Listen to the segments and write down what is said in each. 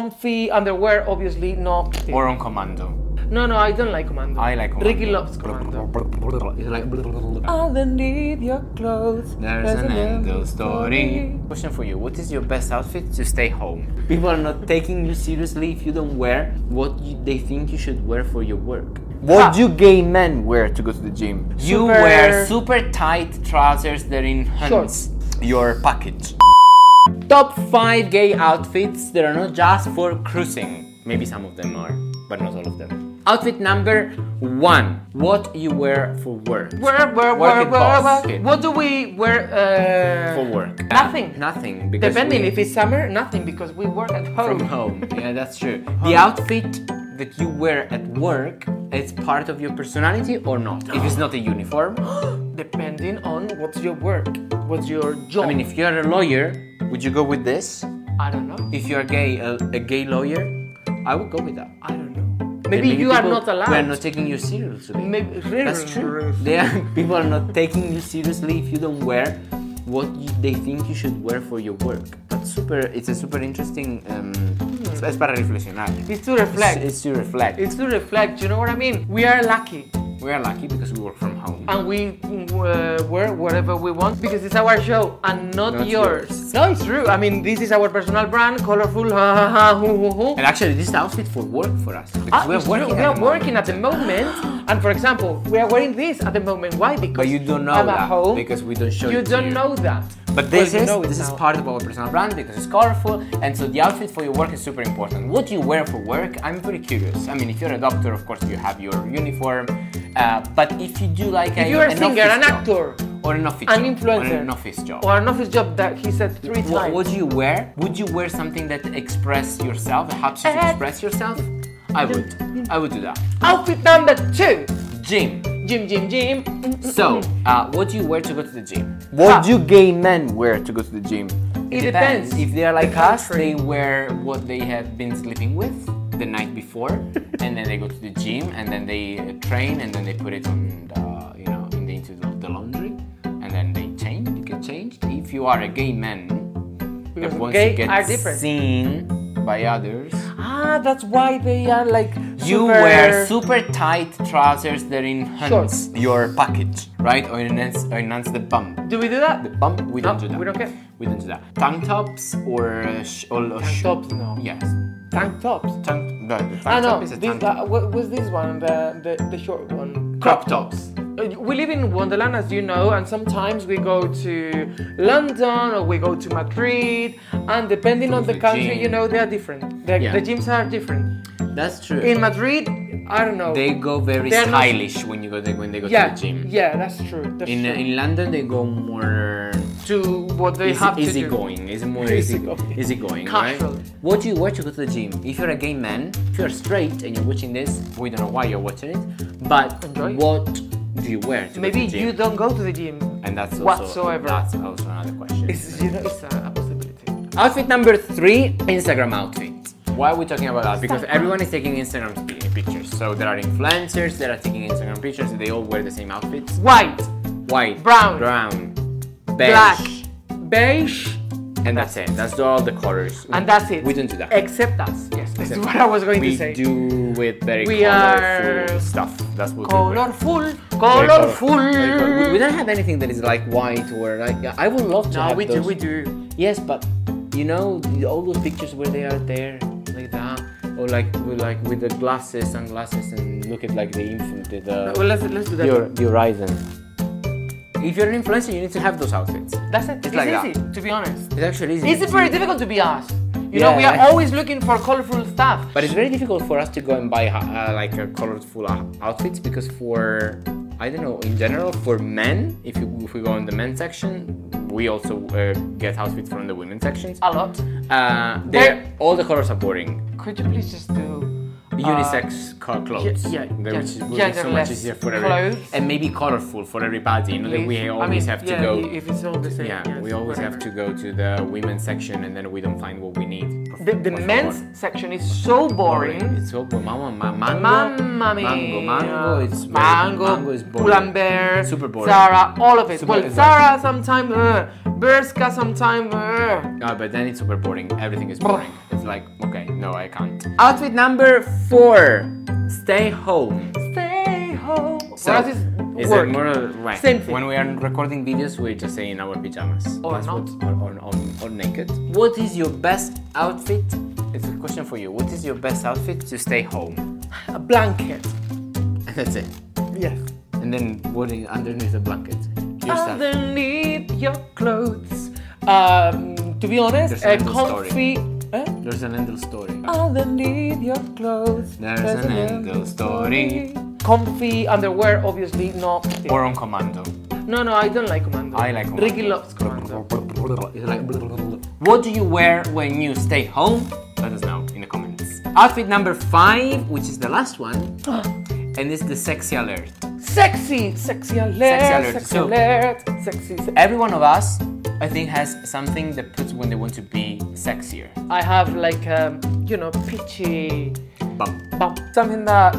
comfy underwear, obviously not. Or on commando. No, no, I don't like Commando. I like Ricky Commando. loves Commando. It's like All underneath your clothes. There's an end of story. Question for you: What is your best outfit to stay home? People are not taking you seriously if you don't wear what you, they think you should wear for your work. Ha. What do gay men wear to go to the gym? You Super- wear super tight trousers that enhance your package. Top five gay outfits that are not just for cruising. Maybe some of them are, but not all of them. Outfit number one: What you wear for work? Where, where, Work where, it, where, boss. where- What do we wear? Uh, For work. Nothing. Nothing. Because Depending we- if it's summer, nothing because we work at home. from home. Yeah, that's true. The outfit that you wear at work is part of your personality or not? If it's not a uniform, Depending on what's your work, what's your job. I mean, if you're a lawyer, would you go with this? I don't know. If you're gay, a, a gay lawyer, I would go with that. I don't know. And Maybe, you are people- not allowed. We're not taking you seriously. Maybe- that's true. They are- people are not taking you seriously if you don't wear what you, they think you should wear for your work. That's super. It's a super interesting. Um, Hmm. es- Es para reflexionar. It's to reflect. It's, it's to reflect. It's to reflect, you know what I mean? We are lucky We are lucky because we work from home. and we uh, wear whatever we want because it's our show and not, Not yours. No, it's true. I mean, this is our personal brand, colorful, ha ha ha, hoo hoo hoo. And actually, this outfit for work for us because Ah, we're it's true. working. we at are the moment. working at the moment, and for example, we are wearing this at the moment. Why? Because But you don't know I'm that at home. because we don't show you it to don't you. know that. But this Well, you is know it this is now. part of our personal brand because it's colorful, and so the outfit for your work is super important. What you wear for work, I'm very curious. I mean, if you're a doctor, of course you have your uniform, uh, but if you do like If a, you're a an singer, office an job, actor, or an office an job, influencer, or an office job. or an office job that he said three times. What would you wear? Would you wear something that express yourself, that helps you to Eh. express yourself? I would. I would do that. Outfit number two. Gym. Jim, Jim, Jim. So, uh, what do you wear to go to the gym? What do gay men wear to go to the gym? It depends. If they are like The us, country. they wear what they have been sleeping with the night before, and then they go to the gym, and then they uh, train, and then they put it on, the, you know, in the, into the, the laundry, and then they change. You get changed. If you are a gay man, Because that wants gay to get are different. seen by others, Ah, that's why they are like you super- wear super tight trousers that enhance your package, right? Or enhance, or enhance the bump. Do we do that? The bump, we don't No, do that. we don't care. We don't do that. Tank tops or uh, sh- or, or Tank sh- tops, no. Yes. Tank tops. Tank. No, the tank Ah no, top is a this, tank uh, what was this one? The, the the short one. Crop tops. Uh, We live in Wonderland, as you know, and sometimes we go to London or we go to Madrid, and depending To on the the country, gym. you know, they are different. The, Yeah. the gyms are different. That's true. In Madrid, I don't know. they go very They're not- stylish when you go there, when they go yeah, to the gym. yeah, that's true. That's In, uh, true. in London they go more to what they easy, have to easy do. going. Is more Easy easy, going. easy going, Casual. right? What do you wear to go to the gym? If you're a gay man, if you're straight and you're watching this, we don't know why you're watching it, but Enjoy. what do you wear to Maybe go to the gym? you don't go to the gym. and that's also, whatsoever. That's also another question. It's, you know, it's a, a possibility. Outfit number three, Instagram outfit. Why are we talking about that? Because everyone is taking Instagram pi- pictures. So there are influencers that are taking Instagram pictures. They all wear the same outfits: White, white, Brown. brown, beige, black, beige, and that's it. That's all the colors. and that's it. We don't do that. Except us. Yes, that's what I was going we to say. do with very We colorful are- stuff. That's what we wear. Colorful, Very colorful. Very colorful. We- We don't have anything that is like white or like. I would love to No, have we do, those we do. Yes, but you know all those pictures where they are there like that, or like with like with the glasses, sunglasses, and look at like the infant, the, the, Well, let's, let's do that. your the horizon. If you're an influencer, you need to have those outfits. That's it. It's, like easy, to be honest. It's actually easy. Is it very difficult to be us? You know, we are Yeah. always looking for colorful stuff. But it's very difficult for us to go and buy uh, like a colorful ou- outfits because for I don't know in general for men, if you, if we go in the men's section, we also uh, get outfits from the women's sections. a lot. Uh, Where- they're all the colors are boring. Could you please just do unisex co- clothes. Uh, yeah, Then yeah, which is would be so much genderless easier for everybody. clothes. And maybe colorful for everybody. You know that we please? always I mean, have to yeah, go. i- If it's all the same. yeah, yes, we always have to whatever. go to the women's section and then we don't find what we need. The, the Por favor. men's section is so boring. It's so boring. Mamma, ma- mango. Mamma mia. Mango, mango. It's very- mango, mango is boring. Pull&Bear, Super boring. Zara, all of it. Super- well, exactly. Zara sometimes, uh, Berska sometimes. Uh. No, but then it's super boring. Everything is boring. It's like, okay, no, I can't. Outfit number four. Stay home. Stay home. So, For us it's is work. it more or- right. Same thing. When we are recording videos, we just say in our pajamas. Or That's not. what- Or, or, or, or naked. What is your best outfit? It's a question for you. What is your best outfit to stay home? A blanket. And that's it. Yes. And then what is underneath the blanket? Your stuff. Underneath your clothes. Um, to be honest, There's a another comfy. story. Eh? There's an endless story. Underneath your clothes. There's an angle story. Comfy underwear, obviously, no. Or on commando. no, no, I don't like commando. I like commando. Ricky loves commando. It's like what do you wear when you stay home? Let us know in the comments. Outfit number five, which is the last one, and it's the sexy alert. Sexy, sexy alert, Sexy sexy alert, alert, sexy. so- se- Every one of us, I think, has something that puts when they want to be sexier. I have like um, you know, pitchy Bum. bump, something that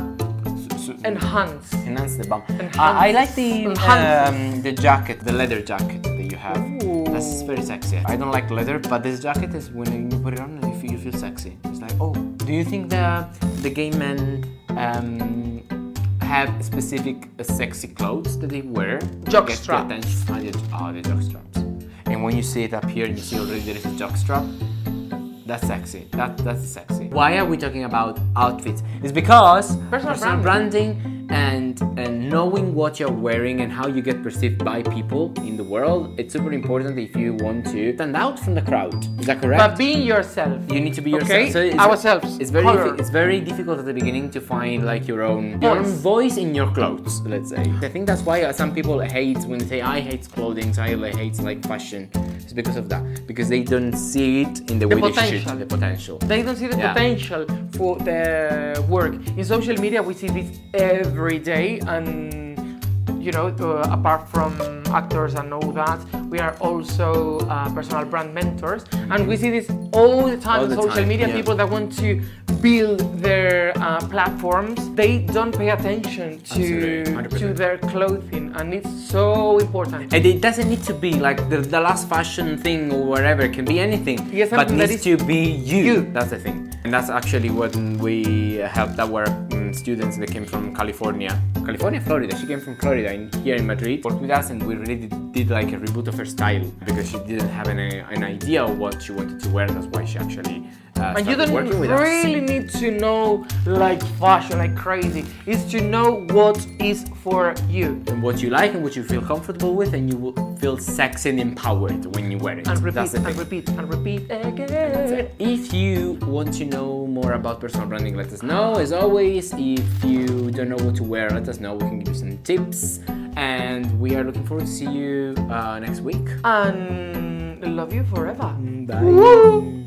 And enhance. enhance the bum. Enhance. uh, I I like the Enhance. um, the jacket, the leather jacket that you have. Ooh. That's very sexy. I don't like leather, but this jacket is when you put it on and you feel, you feel sexy. It's like, oh, do you think the the gay men um, have specific uh, sexy clothes that they wear? Jock Gets the strap. attention? Oh, the- Oh, the jock straps. And when you see it up here and you see already there is a jock strap, that's sexy. That that's sexy. Why are we talking about outfits? It's because Personal branding, and and knowing what you're wearing and how you get perceived by people in the world. It's super important if you want to stand out from the crowd. Is that correct? But being yourself. you need to be yourself. Okay, it's- ourselves, It's very color. diffi- it's very difficult at the beginning to find like your own your own Voice. voice in your clothes. Let's say. I think that's why uh, some people hate when they say I hate clothing, I li- hate like fashion. It's because of that because they don't see it in the, way they potential. should. The potential. They don't see the Yeah. potential for their work. In social media, we see this every day, and you know, uh, apart from actors and all that, we are also uh, personal brand mentors, and we see this all the time All on the social time, media. yeah. People that want to build their uh, platforms, they don't pay attention to Absolutely, 100%. to their clothing, and it's so important. And it doesn't need to be like the, the last fashion thing or whatever. It can be anything. Yeah, but something that needs is to be you. you. That's the thing. And that's actually when we helped. That were mm, students that came from California, California, Florida. She came from Florida and here in Madrid worked with us, and we really did, did like a reboot of her style because she didn't have an, an idea of what she wanted to wear. That's why she actually uh, And you started don't working with us. really need to know like fashion like crazy. It's to know what is for you. and what you like and what you feel comfortable with, and you will feel sexy and empowered when you wear it. And That's repeat the thing. and repeat and repeat again. If you want to know more about personal branding, let us know. As always, if you don't know what to wear, let us know. We can give you some tips. And we are looking forward to see you uh, next week. And love you forever. Bye. Woo!